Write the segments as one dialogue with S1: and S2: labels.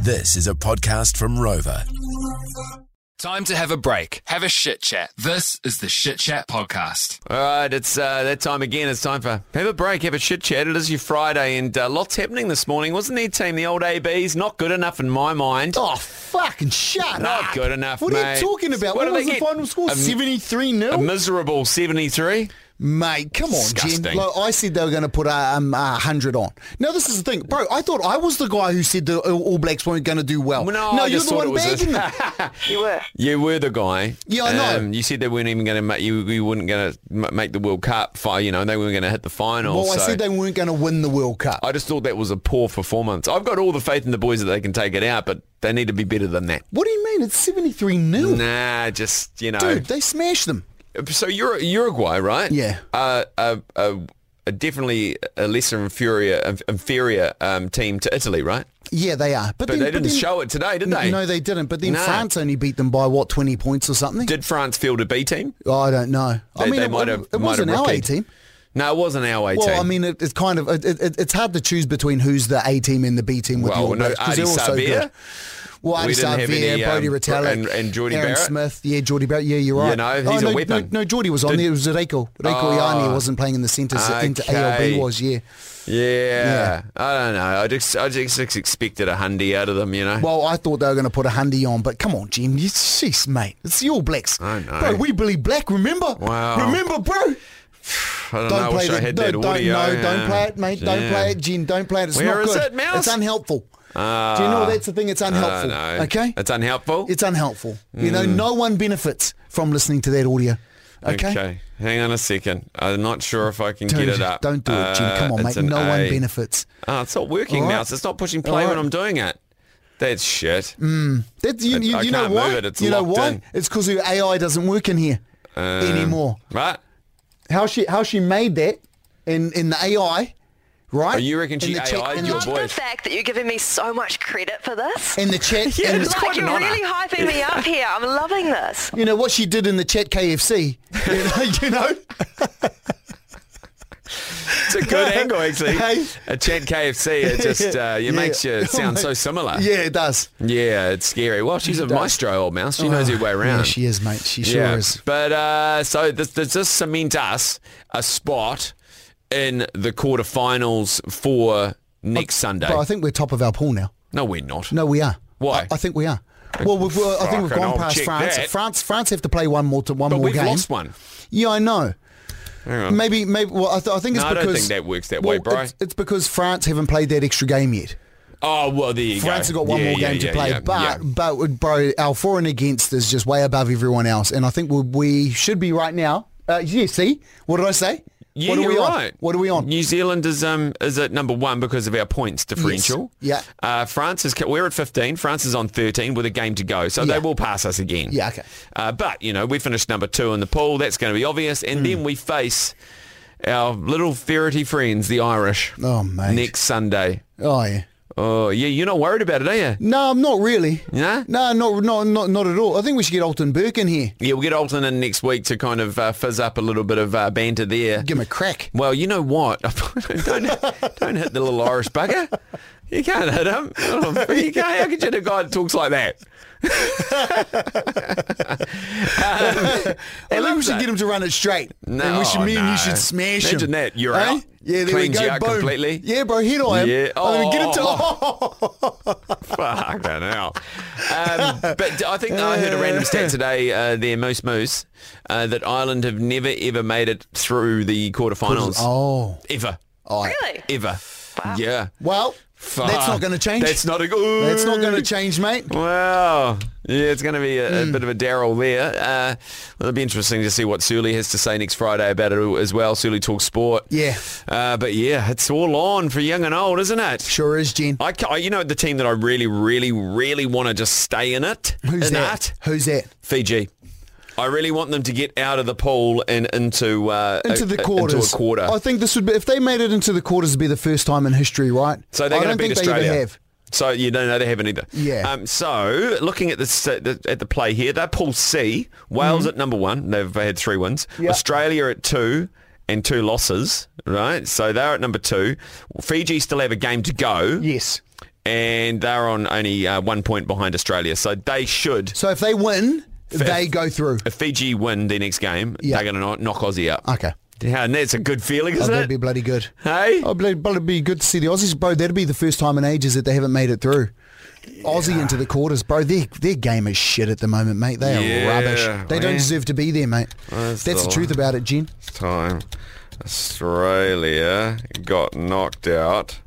S1: This is a podcast from Rover.
S2: Time to have a break. Have a shit chat. This is the Shit Chat Podcast.
S3: All right, it's uh, that time again. It's time for have a break, have a chit chat. It is your Friday, and uh, lots happening this morning, wasn't there, team? The old ABs not good enough in my mind.
S4: Oh, fucking shut
S3: Not
S4: up.
S3: good enough,
S4: What are
S3: mate.
S4: you talking about?
S3: What
S4: What,
S3: do
S4: was
S3: they
S4: the
S3: get? Um,
S4: final score?
S3: A m-
S4: 73
S3: A
S4: 0?
S3: miserable seventy-three.
S4: Mate, come on, Jen.
S3: Disgusting.
S4: Like, I said they were going to put uh, um, uh, 100 on. Now, this is the thing. Bro, I thought I was the guy who said the All Blacks weren't going to do well.
S3: No, I
S4: you're
S3: just
S4: the
S3: thought
S4: one
S3: it was a-
S4: bagging them.
S3: You were the guy. Um,
S4: Yeah, I know.
S3: you said they weren't even going to make you. You weren't going to make the World Cup. Fi- you know, they weren't going to hit the final.
S4: Well, I
S3: so-
S4: said they weren't going to win the World Cup.
S3: I just thought that was a poor performance. I've got all the faith in the boys that they can take it out, but they need to be better than that.
S4: What do you mean? It's 73 0.
S3: Nah, just you know.
S4: Dude, they smashed them.
S3: So Ur- Uruguay, right?
S4: Yeah.
S3: Uh, uh, uh, uh, definitely a lesser inferior inferior um, team to Italy, right?
S4: Yeah, they are.
S3: But
S4: But, then,
S3: they didn't
S4: then-
S3: show it today, did
S4: N-
S3: they?
S4: No, they didn't. But then
S3: No.
S4: France only beat them by, what, 20 points or something?
S3: Did France field a B team?
S4: I don't know. I
S3: They-
S4: mean,
S3: they
S4: it,
S3: might
S4: it-
S3: have-
S4: it
S3: might
S4: wasn't
S3: have
S4: our A
S3: rookied.
S4: team.
S3: No, it wasn't our A
S4: Well,
S3: team.
S4: I mean, it, it's kind of it, it, it's hard to choose between who's the A team and the B team with
S3: Well,
S4: the All
S3: no,
S4: Blacks because
S3: Artie
S4: they're all so
S3: Savea?
S4: good. Well,
S3: We
S4: Artie
S3: didn't have any,
S4: Savea,
S3: um,
S4: Bodie Retallick,
S3: and- and Jordy
S4: Aaron
S3: Barrett.
S4: Smith. Yeah, Jordy Barrett. Yeah, you're right.
S3: You know, he's
S4: oh,
S3: a
S4: no,
S3: weapon.
S4: No, no, Jordy was on
S3: Did-
S4: there. It was Reiko. Reiko
S3: Oh.
S4: Iani wasn't playing in the centre. Okay.
S3: Okay.
S4: ALB was, yeah.
S3: yeah, I don't know. I just I just expected a hundy out of them, you know.
S4: Well, I thought they were going to put a hundy on, but come on, Jim. You, jeez, mate. It's the All Blacks.
S3: I know.
S4: Bro, we Billy Black, remember?
S3: Wow.
S4: Remember, bro?
S3: I don't, know. I
S4: Don't play
S3: wish
S4: the-
S3: I had
S4: don't,
S3: that
S4: don't-
S3: audio.
S4: No, don't
S3: Yeah.
S4: play it, mate. Don't
S3: Yeah.
S4: play it, Jen. Don't play it. It's
S3: Where
S4: not
S3: is
S4: good.
S3: it, Mouse? Ah.
S4: It's unhelpful. Do you know that's the thing? It's unhelpful.
S3: I know.
S4: Okay,
S3: It's unhelpful.
S4: it's unhelpful. You
S3: Mm.
S4: know, no one benefits from listening to that audio. Okay.
S3: Hang on a second. I'm not sure if I can
S4: Don't,
S3: get it up.
S4: don't do it, Jim. Come on,
S3: Uh,
S4: mate.
S3: it's an
S4: No
S3: A.
S4: one benefits.
S3: Oh, it's not working,
S4: All right.
S3: Mouse. It's not pushing play
S4: All
S3: when
S4: right.
S3: I'm doing it. That's shit.
S4: That's you,
S3: I-
S4: you,
S3: I
S4: you know
S3: can't
S4: why?
S3: move it. It's
S4: you know
S3: locked
S4: why?
S3: in. Uh.
S4: It's because her AI doesn't work in here anymore.
S3: Um, Right?
S4: How she how she made that in in the AI, right?
S3: Oh, you reckon
S4: In
S3: she
S4: the
S3: AI'd
S5: I
S3: your
S5: love the
S3: voice.
S5: fact that you're giving me so much credit for this.
S4: in the chat.
S3: Yeah,
S4: in
S3: it's
S4: the-
S5: like
S3: quite an
S5: you're
S3: honour.
S5: really hyping me up here. I'm loving this.
S4: you know what she did in the chat KFC. You know, you know?
S3: It's a good angle, actually.
S4: Hey.
S3: A chat KFC, it just uh, it
S4: Yeah.
S3: makes you
S4: Oh,
S3: sound
S4: mate.
S3: so similar.
S4: yeah, it does.
S3: Yeah, it's scary. Well, she's a
S4: does.
S3: maestro, old mouse. She knows
S4: Oh,
S3: her way around.
S4: Yeah, she is, mate. She sure
S3: Yeah.
S4: is.
S3: But uh, so this, does this cement us a spot in the quarterfinals for next Sunday?
S4: Uh, But I think we're top of our pool now.
S3: no, we're not.
S4: No, we are.
S3: Why?
S4: I, I think we are. Well, we've, well, I think we've
S3: Fucking
S4: gone
S3: I'll
S4: past
S3: check
S4: France.
S3: that.
S4: France, France have to play one more to one
S3: but
S4: more
S3: we've
S4: game.
S3: lost one.
S4: Yeah, I know.
S3: Hang on.
S4: Maybe, maybe. Well, I, th- I think it's
S3: No, I don't
S4: because
S3: think that works that
S4: well,
S3: way, bro.
S4: It's, it's because France haven't played that extra game yet.
S3: Oh well, there you
S4: France
S3: go.
S4: have got one
S3: Yeah,
S4: more
S3: yeah,
S4: game to
S3: yeah,
S4: play,
S3: yeah,
S4: but
S3: yeah.
S4: but bro, our for and against is just way above everyone else, and I think we, we should be right now. Uh, yeah, see, what did I say?
S3: Yeah,
S4: what are
S3: you're
S4: we on?
S3: right.
S4: What are we on?
S3: New Zealand is um is at number one because of our points differential.
S4: Yeah.
S3: Uh, France is we're at 15. France is on 13 with a game to go, so
S4: Yeah.
S3: they will pass us again.
S4: Yeah, okay.
S3: Uh, but you know we finished number two in the pool. That's going to be obvious,
S4: Hmm.
S3: and then we face our little ferrety friends, the Irish.
S4: Oh, mate.
S3: Next Sunday.
S4: Oh yeah.
S3: Oh yeah, you're not worried about it, are you?
S4: No, I'm not really.
S3: Yeah?
S4: No, not not not not at all. I think we should get Alton Burke in here.
S3: Yeah, we'll get Alton in next week to kind of uh, fizz up a little bit of uh, banter there.
S4: Give him a crack.
S3: Well, you know what? don't, don't hit the little Irish bugger. You can't hit him. You can't, how could you hit a guy that talks like that? um,
S4: I think we should get him to run it straight.
S3: No,
S4: and we should, me and
S3: no.
S4: you should smash him.
S3: Imagine that, you're out.
S4: Yeah, there
S3: Cleans
S4: we go.
S3: you out
S4: boom.
S3: completely.
S4: Yeah, bro, hit on him.
S3: Yeah. Oh.
S4: I mean, get him to.
S3: Fuck that hell. Um, but I think I heard a random stat today uh, there, Moose Moose, uh, that Ireland have never ever made it through the quarterfinals.
S4: Oh.
S3: Ever.
S5: Really?
S3: Ever. Yeah.
S4: Well, that's not going to change.
S3: That's not a
S4: That's not going to
S3: Ooh.
S4: change, mate.
S3: Wow. Yeah, it's going to be a, a
S4: Hmm.
S3: bit of a Daryl there. Uh, well, it'll be interesting to see what Sully has to say next Friday about it as well. Sully talks sport.
S4: Yeah.
S3: Uh, but yeah, it's all on for young and old, isn't it?
S4: Sure is, Jen.
S3: I, ca- I- you know, the team that I really, really, really want to just stay in it.
S4: Who's
S3: in
S4: that?
S3: it?
S4: Who's that?
S3: Fiji. I really want them to get out of the pool and into uh,
S4: Into
S3: a-
S4: the
S3: a-
S4: quarters.
S3: Into a quarter.
S4: I think this would be if they made it into the quarters, it'd be the first time in history, right?
S3: So they're
S4: I
S3: going
S4: don't
S3: to beat
S4: think
S3: Australia.
S4: They ever have.
S3: So you don't know they haven't either.
S4: Yeah.
S3: Um, so looking at the, s- the at the play here, they're Pool C.
S4: Mm-hmm.
S3: Wales at number one. They've had three wins.
S4: Yeah.
S3: Australia at two and two losses. Right. So they're at number two. Fiji still have a game to go.
S4: Yes.
S3: and they're on only uh, one point behind Australia. So they should,
S4: So if they win, they go through.
S3: if Fiji win their next game,
S4: Yeah.
S3: they're going to knock Aussie out.
S4: Okay.
S3: Yeah, and that's a good feeling,
S4: Oh,
S3: isn't
S4: that'd
S3: it?
S4: be bloody good.
S3: Hey?
S4: Oh, bloody, bloody be good to see the Aussies, bro. That'd be the first time in ages that they haven't made it through. Aussie into the quarters, bro. Their their game is shit at the moment, mate. They are
S3: Yeah,
S4: rubbish. They don't
S3: man.
S4: deserve to be there, mate.
S3: That's
S4: That's,
S3: the
S4: the, truth
S3: one.
S4: about it, Jen.
S3: time Australia got knocked out.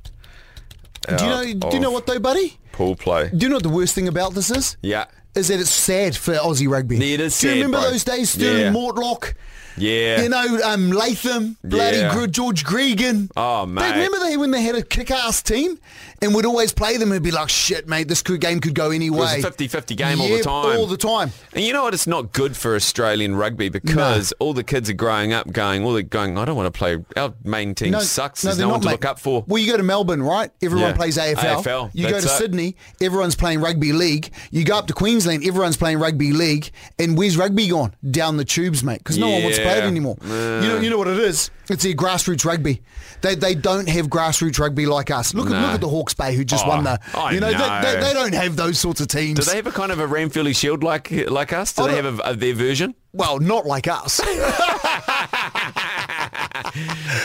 S4: Do you know? Do you know what though, buddy?
S3: Pool play.
S4: Do you know what the worst thing about this is?
S3: Yeah.
S4: Is that it's sad for Aussie rugby.
S3: Yeah, it is
S4: Do you
S3: sad,
S4: remember
S3: bro.
S4: those days, Sterling
S3: Yeah.
S4: Mortlock?
S3: Yeah.
S4: You know, um, Latham, bloody
S3: Yeah.
S4: Gr- George Gregan.
S3: Oh,
S4: They,
S3: mate.
S4: remember they when they had a kick-ass team and would always play them and be like, shit, mate, this could, game could go any way.
S3: was a 50-50 game all the
S4: Yeah,
S3: time.
S4: All the time.
S3: And you know what? It's not good for Australian rugby because all the kids are growing up going, well, they're going, I don't want to play. Our main team sucks. There's
S4: they're
S3: no one
S4: not,
S3: to
S4: mate.
S3: look up for.
S4: Well, you go to Melbourne, right? Everyone
S3: Yeah.
S4: plays AFL.
S3: AFL,
S4: You go
S3: that's
S4: to
S3: it.
S4: Sydney, everyone's playing rugby league. You go up to Queensland, everyone's playing rugby league. And where's rugby gone? Down the tubes, mate, because no one wants to play it
S3: Yeah.
S4: anymore.
S3: Yeah.
S4: You know, you know what it is? It's their grassroots rugby. They they don't have grassroots rugby like us. Look at
S3: No.
S4: look at the Hawke's Bay who just
S3: Oh,
S4: won the.
S3: I
S4: you know,
S3: know.
S4: They, they, they don't have those sorts of teams.
S3: Do they have a kind of a Ramfield Shield like like us? Do
S4: I
S3: they
S4: don't-
S3: have a, a, their version?
S4: well, not like us.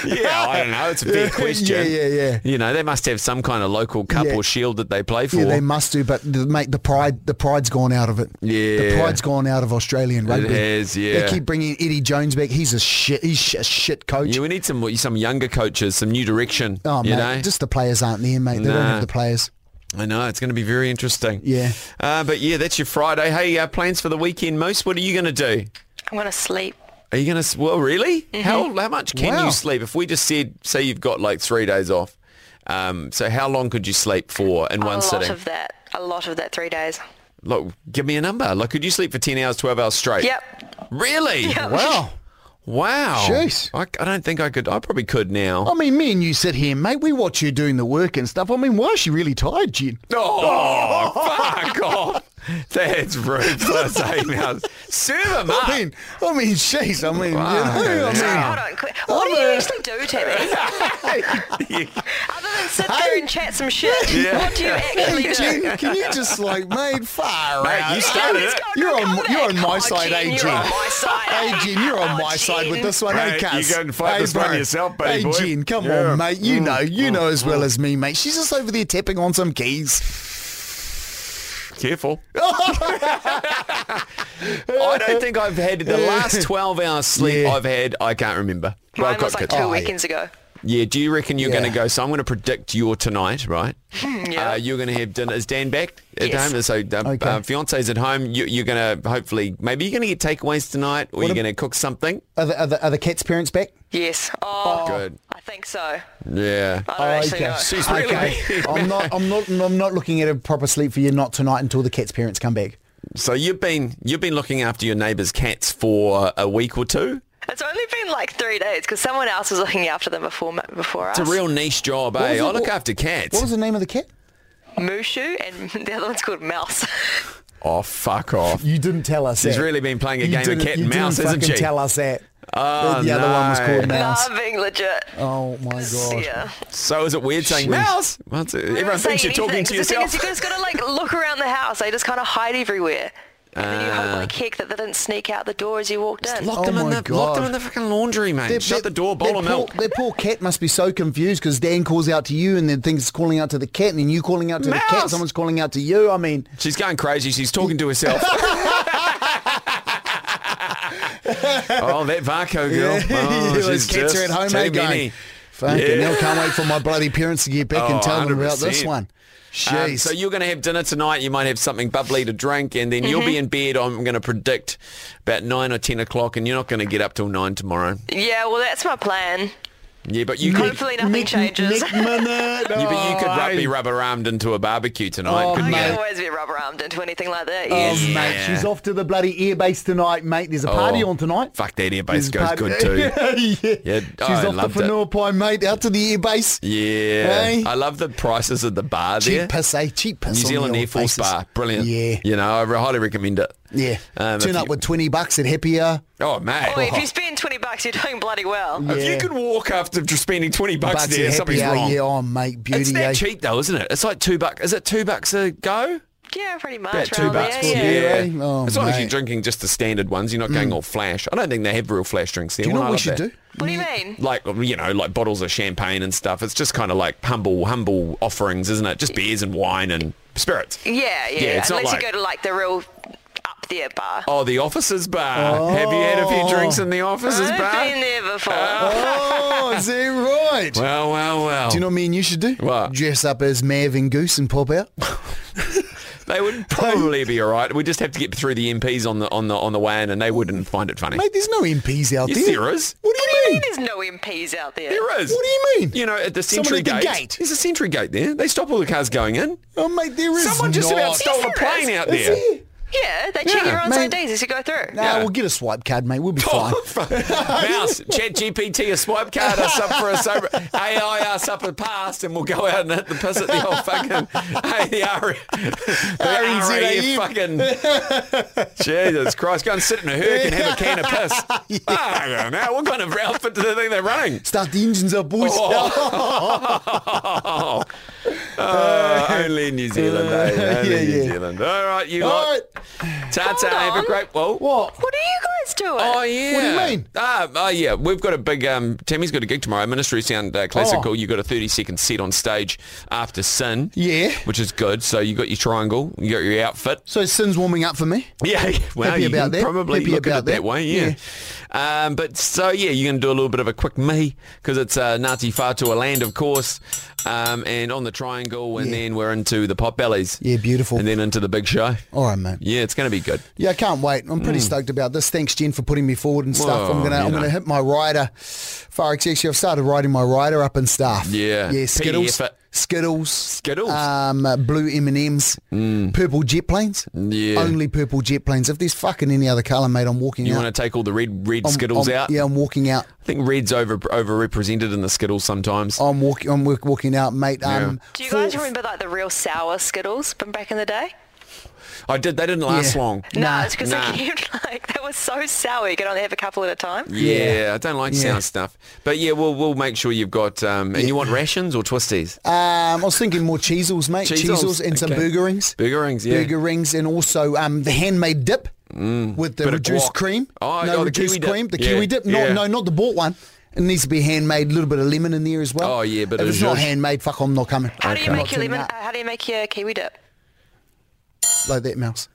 S3: Yeah, I don't know. It's a fair question.
S4: yeah, yeah.
S3: You know, they must have some kind of local cup
S4: Yeah.
S3: or shield that they play for.
S4: Yeah, they must do, but the, mate, the pride, the pride's gone out of it. the
S3: Yeah.
S4: pride's gone out of Australian rugby.
S3: has, yeah.
S4: They keep bringing Eddie Jones back. He's a shit. He's a shit coach.
S3: Yeah, we need some some younger coaches, some new direction.
S4: oh
S3: you
S4: mate,
S3: know?
S4: just the players aren't there, mate. They don't
S3: Nah.
S4: have the players.
S3: I know it's going to be very interesting.
S4: Yeah.
S3: Uh, but yeah, that's your Friday. Hey, uh, plans for the weekend, Moose? What are you going to do?
S5: I'm gonna sleep.
S3: Are you going to? Well, really?
S5: Mm-hmm.
S3: How how much can
S4: Wow.
S3: you sleep? If we just said, say you've got like three days off, um, so how long could you sleep for in
S5: A
S3: one
S5: lot
S3: sitting?
S5: of that. A lot of that. Three days.
S3: Look, give me a number. Like, could you sleep for ten hours, twelve hours straight?
S5: Yep.
S3: Really?
S5: Yep.
S4: Wow.
S3: Wow.
S4: Jeez.
S3: I, I don't think I could. I probably could now.
S4: I mean, me and you sit here, mate. We watch you doing the work and stuff. I mean, why is she really tired, Jen?
S3: Oh, fuck off. That's ruthless, eh, now? Serve him up.
S4: I mean, I mean, jeez. I mean,
S3: Wow.
S4: you know, I mean,
S5: Sorry, hold on. Quick. What do you actually do, Timmy? Other than sit there and chat some shit,
S3: Yeah.
S5: what do you actually
S4: Hey,
S5: do?
S4: Jen, can you just like, mate, fire
S3: Mate,
S4: out.
S3: you started
S5: Let's
S3: it.
S5: go,
S4: You're
S5: no,
S4: on,
S5: come
S4: you're on
S5: back.
S4: my
S5: Oh,
S4: side,
S5: Jen,
S4: eh,
S5: You're on
S4: Jen?
S5: my side.
S4: Hey, Jen, you're on
S5: Oh,
S4: my side with
S5: Jen.
S4: this one,
S3: Hey,
S4: hey,
S3: you
S4: cuss.
S3: go and fight
S4: hey,
S3: this one
S4: bro.
S3: yourself, buddy
S4: Hey,
S3: boy.
S4: Jen, come
S3: Yeah.
S4: on, mate. You
S3: Mm,
S4: know, you
S3: mm,
S4: know as well as me, mate. She's just over there tapping on some keys.
S3: Careful. I don't think I've had the last 12 hours sleep
S4: Yeah.
S3: I've had, I can't remember. Well,
S5: Mine
S3: I've
S5: was
S3: got
S5: like
S3: kids.
S5: two
S4: Oh, yeah.
S5: weekends ago.
S3: Yeah, do you reckon you're
S4: Yeah.
S3: going to go? So I'm going to predict your tonight, right?
S5: Hmm, yeah.
S3: Uh, you're going to have dinner. Is Dan back at
S5: Yes.
S3: home? So uh,
S4: Okay.
S3: uh, fiance's at home. You, you're going to hopefully, maybe you're going to get takeaways tonight or you're going to cook something.
S4: Are the, are, the, are the cat's parents back?
S5: Yes. Oh, Uh,
S3: Good.
S5: I think so.
S3: Yeah.
S5: I don't
S4: Oh,
S5: actually know.
S3: She's really
S4: I'm not. I'm not. I'm not looking at a proper sleep for you. Not tonight until the cat's parents come back.
S3: So you've been you've been looking after your neighbour's cats for a week or two.
S5: It's only been like three days because someone else was looking after them before m- before us.
S3: It's a real niche job, eh?
S4: was it-
S3: I look
S4: what-
S3: after
S4: What
S3: cats.
S4: was the name of the cat?
S5: Mushu and the other one's called Mouse.
S3: Oh, fuck off.
S4: You didn't tell us.
S3: She's
S4: that.
S3: really been playing a
S4: You
S3: game of
S4: didn't-
S3: cat and
S4: you didn't
S3: mouse, isn't
S4: fucking
S3: she?
S4: Tell us that.
S3: Oh,
S4: the the other one was
S3: no.
S4: called
S5: Nah,
S4: Mouse.
S5: I'm being legit.
S4: Oh my god.
S5: Yeah.
S3: So is it weird saying
S4: Jeez.
S3: mouse? Well, it's- everyone
S5: Say
S3: thinks you're talking
S5: anything,
S3: to
S5: 'cause The thing
S3: yourself.
S5: is, you just gotta like look around the house. They just kind of hide everywhere. And then you hope
S3: Ah.
S5: like heck that they didn't sneak out the door as you walked in.
S3: Lock
S4: Oh
S3: them in
S4: my
S3: the lock them
S4: God.
S3: in the fucking laundry, mate.
S4: Their-
S3: Shut
S4: their-
S3: the door, bowl
S4: their
S3: of
S4: poor,
S3: milk.
S4: Their poor cat must be so confused because Dan calls out to you and then thinks it's calling out to the cat and then you calling out to the cat.
S3: Mouse.
S4: Someone's calling out to you. I mean,
S3: She's going crazy. She's talking to herself. oh, that Varco girl. Oh,
S4: those
S3: she's
S4: cats are
S3: just
S4: at home,
S3: too
S4: eh,
S3: many.
S4: going, fucking
S3: Yeah.
S4: hell, can't wait for my bloody parents to get back
S3: Oh,
S4: and tell them about
S3: 100%.
S4: this one.
S3: Um,
S4: Jeez.
S3: so you're going to have dinner tonight. You might have something bubbly to drink, and then you'll be in bed. I'm going to predict about nine or ten o'clock, and you're not going to get up till nine tomorrow.
S5: Yeah, well that's my plan.
S3: Yeah, but you could.
S5: Hopefully nothing changes.
S4: Nick Minute.
S3: Yeah, but you could
S4: Oh,
S3: rub, be rubber armed into a barbecue tonight,
S4: Oh,
S3: couldn't
S5: I
S4: mate.
S5: can
S3: you?
S5: always be rubber armed into anything like that.
S4: Oh,
S5: Yes.
S4: mate,
S3: Yeah.
S4: she's off to the bloody airbase tonight, mate. There's a party
S3: Oh,
S4: on tonight.
S3: Fuck that
S4: There's
S3: airbase
S4: a
S3: goes
S4: party-
S3: good too.
S4: yeah.
S3: Yeah,
S4: She's
S3: oh, I
S4: off to
S3: loved it.
S4: Fanua Pie, mate, out to the airbase.
S3: Yeah,
S4: Hey.
S3: I love the prices at the bar
S4: Cheap
S3: there.
S4: piss, eh? Cheap piss.
S3: New
S4: on
S3: Zealand
S4: the
S3: Air
S4: old
S3: Force
S4: faces.
S3: Bar, brilliant.
S4: Yeah.
S3: you know, I re- highly recommend it.
S4: Yeah.
S3: Um, if
S4: Turn up
S3: you-
S4: with 20 bucks at Happier.
S3: Oh mate,
S5: Oh, if you spend twenty bucks, bucks, you're doing bloody well.
S3: If you
S4: Yeah.
S3: could walk after just spending 20 bucks
S4: Bucks
S3: there,
S4: a
S3: something's
S4: happy hour.
S3: wrong.
S4: Yeah, oh, mate, beauty.
S3: it's that
S4: eh?
S3: cheap though, isn't it? It's like two bucks. Is it two bucks a go?
S5: Yeah, pretty much.
S3: About two
S5: around there,
S3: bucks for a
S5: yeah.
S3: beer.
S4: Yeah. Oh,
S3: as long as you're
S4: mate. Mm.
S3: drinking just the standard ones, you're not going all flash. I don't think they have real flash drinks there.
S4: Do you know
S3: Well, I
S4: what we
S3: love
S4: should
S3: that.
S4: do?
S5: What do you mean?
S3: Like you know, like bottles of champagne and stuff. It's just kind of like humble, humble offerings, isn't it? Just beers and wine and spirits.
S5: Yeah, yeah.
S3: it's
S5: Unless
S3: not
S5: you
S3: like-
S5: go to like the real up there bar.
S3: Oh, the officers bar. Have you had a few drinks in the officers
S5: I've
S3: bar?
S5: been there before.
S3: Uh,
S4: Oh, is that right?
S3: Well, well, well.
S4: do you know what me and you should do?
S3: What?
S4: Dress up as Mav and Goose and pop out.
S3: They would probably be all right. We just have to get through the MPs on the on the on the way in, and they wouldn't find it funny.
S4: Mate, there's no MPs out
S3: yes,
S4: there.
S3: there is.
S4: What do you mean?
S5: There's no MPs out there.
S3: There is.
S4: What do you mean?
S3: You know, at the
S4: Someone
S3: Sentry
S4: at the
S3: Gate.
S4: gate.
S3: There's a Sentry Gate there. They stop all the cars going in.
S4: Oh, mate, there is
S3: Someone just
S4: not.
S3: about stole
S5: Yes,
S3: a
S5: there
S3: plane
S5: is.
S3: out
S4: Is
S3: there.
S4: there?
S5: Yeah, they check
S3: Yeah,
S5: your own
S4: mate.
S5: IDs as you go through.
S4: Nah,
S3: Yeah.
S4: we'll get a swipe card, mate. We'll be fine.
S3: Oh, fuck. Mouse, chat GPT, a swipe card, us up for a sober, AI us up a past, and we'll go out and hit the piss at the old fucking, hey, the R, E. the RAF fucking, Jesus Christ, go and sit in a herc and have a can of piss. I don't know, what kind of outfit do they think they're running?
S4: Start the engines up, boys.
S3: Oh, Uh, only New Zealand, eh? Only
S4: yeah,
S3: New
S4: yeah.
S3: Zealand. All right, you
S4: All
S3: lot.
S4: right. Oh,
S3: Ta-ta,
S5: Hold
S3: have a
S5: on.
S3: great, well,
S4: What?
S5: What are you guys doing?
S3: Oh yeah.
S4: What do you mean?
S3: Ah, oh yeah. We've got a big. Um, Tammy's got a gig tomorrow. Ministry Sound uh, Classical.
S4: Oh.
S3: You got a thirty second set on stage after Sin.
S4: Yeah.
S3: Which is good. So you got your triangle. You got your outfit.
S4: So Sin's warming up for me.
S3: Yeah. Well,
S4: Happy
S3: you can
S4: about that.
S3: probably
S4: Happy
S3: look at
S4: about
S3: it that
S4: that.
S3: way. Yeah. Um, but so yeah, you're gonna do a little bit of a quick me because it's uh, Ngāti Whātua land, of course. Um, and on the triangle, and then we're into the pop bellies.
S4: Yeah, beautiful.
S3: And then into the big show.
S4: All right, mate.
S3: Yeah, it's gonna be good.
S4: Yeah, I can't wait. I'm pretty stoked about this. Thanks, Jen, for putting me forward and stuff.
S3: Hmm. Well,
S4: I'm gonna,
S3: you
S4: I'm
S3: know.
S4: gonna hit my rider. Far actually, I've started riding my rider up and stuff.
S3: Yeah.
S4: yeah. Skittles,
S3: PDF it.
S4: Skittles,
S3: Skittles. Hmm.
S4: Um, uh, blue M and M's, purple jet planes.
S3: Yeah.
S4: only purple jet planes. If there's fucking any other colour, mate, I'm walking
S3: You
S4: out.
S3: want to take all the red red
S4: I'm-
S3: skittles
S4: I'm-
S3: out?
S4: Yeah, I'm walking out.
S3: I think red's over overrepresented in the Skittles sometimes.
S4: I'm walking. I'm work- walking out, mate. Um,
S5: Do you guys
S4: four-
S5: remember like the real sour Skittles from back in the day?
S3: I did. They didn't last
S4: Yeah.
S3: long.
S5: No,
S4: Nah,
S5: it's because
S3: nah.
S5: they kept like they were so sour. You could only have a couple at a time.
S3: Yeah, I don't like
S4: Yeah.
S3: sour stuff. But yeah, we'll we'll make sure you've got. Um, and you want rations or twisties?
S4: Um, I was thinking more cheesels, mate.
S3: Cheezels,
S4: Cheesels, and some
S3: okay.
S4: burger rings.
S3: Burger rings, yeah. Mm.
S4: Burger rings and also um, the handmade dip with the
S3: Bit of
S4: reduced
S3: guac.
S4: cream.
S3: Oh,
S4: no,
S3: oh, the
S4: reduced
S3: kiwi dip.
S4: cream. The
S3: Yeah,
S4: kiwi dip. No,
S3: yeah.
S4: no, not the bought one. It needs to be handmade. A little bit of lemon in there as well.
S3: Oh, yeah, bit
S4: if
S3: of
S4: it's not
S3: zhuzh.
S4: handmade, fuck, I'm not coming.
S5: How do you
S4: I'm
S5: make
S4: not
S5: your
S4: turning
S5: lemon?
S4: up
S5: Uh, how do you make your kiwi dip?
S4: like that, mouse.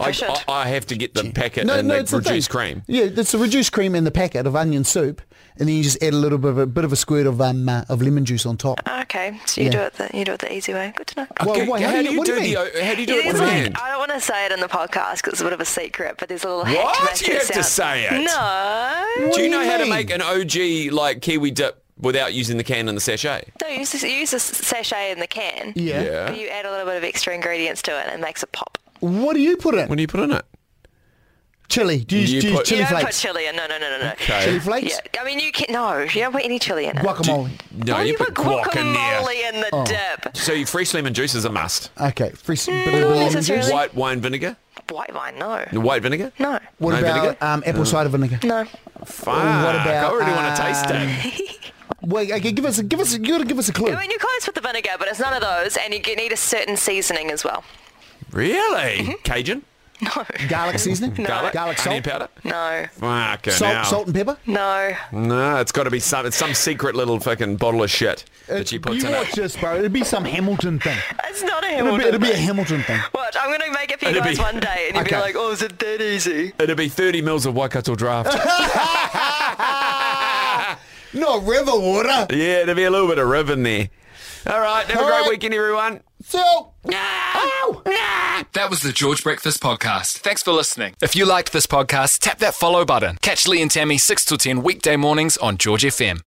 S3: I,
S5: should.
S3: I, I have to get the packet and the
S4: thing.
S3: reduced cream.
S4: Yeah, it's the reduced cream in the packet of onion soup, and then you just add a little bit of a bit of a squirt of um uh, of lemon juice on top.
S5: Ah, Okay, so you
S4: Yeah.
S5: do it the you do it the easy way. Good to know.
S4: Well,
S3: Okay,
S4: wait,
S3: how, do you,
S4: what
S3: do,
S4: mean?
S3: the? How do you do
S5: Yeah,
S3: it with
S5: there's
S3: a
S5: like-
S3: hand?
S5: I don't want to say it in the podcast because it's a bit of a secret, but there's a little hack to
S3: What?
S5: make
S3: You
S5: it
S3: have to
S5: sound-
S3: say it.
S5: No.
S3: do
S4: do
S3: you
S4: you
S3: know how to
S4: mean?
S3: make an OG like kiwi dip without using the can and the sachet?
S5: No, you use, the, you use the sachet in the can.
S4: Yeah.
S5: But you add a little bit of extra ingredients to it and it makes it pop.
S4: What do you put in?
S3: What do you put in it?
S4: Chili. Do you,
S3: You
S4: do you
S3: put-
S4: chili
S5: you don't put
S4: flakes?
S5: chili in. No, no, no, no, no.
S4: Chili
S3: Okay.
S4: flakes.
S5: Yeah, I mean, you can no, you don't put any chili in it.
S4: Guacamole.
S3: No,
S5: Why do
S3: you put guac in there. Oh.
S5: guacamole in the dip?
S3: So your fresh lemon juice is a must.
S4: Okay, fresh bit
S5: not
S4: of lemon
S5: necessarily.
S4: juice.
S5: Really?
S3: White wine vinegar.
S5: White wine, no.
S3: The white vinegar.
S5: No.
S4: What
S3: No vinegar?
S4: about um, apple cider vinegar?
S5: No.
S3: Fuck.
S4: What
S3: I
S4: about, um,
S3: already want to taste it.
S4: Wait, okay, give us a, give us a, you gotta give us a clue.
S5: I mean, you're close with the vinegar, but it's none of those, and you g- need a certain seasoning as well.
S3: Really? Cajun?
S5: No.
S4: Garlic seasoning,
S3: Garlic? Onion
S4: Mm-hmm. salt,
S3: powder?
S5: No.
S3: Fucking
S4: salt,
S3: hell.
S4: salt and pepper.
S5: No.
S3: No, it's got to be some, it's some secret little fucking bottle of shit that she puts
S4: you
S3: in
S4: watch
S3: it.
S4: this, bro. It'd be some Hamilton thing.
S5: It's not a
S4: It'd
S5: Hamilton.
S4: be, it'd be a
S5: thing.
S4: Hamilton thing.
S5: Watch, I'm going to make it for you
S3: It'll
S5: guys
S3: be-
S5: one day, and you'll
S4: Okay.
S5: be like, oh, is it that easy?
S3: It'd be 30 mils of Waikato draft.
S4: Not river water.
S3: yeah, it'd be a little bit of rib in there. All right, have a
S4: All
S3: great
S4: right.
S3: weekend, everyone.
S4: So
S2: That was the George Breakfast Podcast. Thanks for listening. If you liked this podcast, tap that follow button. Catch Lee and Tammy 6 to 10 weekday mornings on George FM.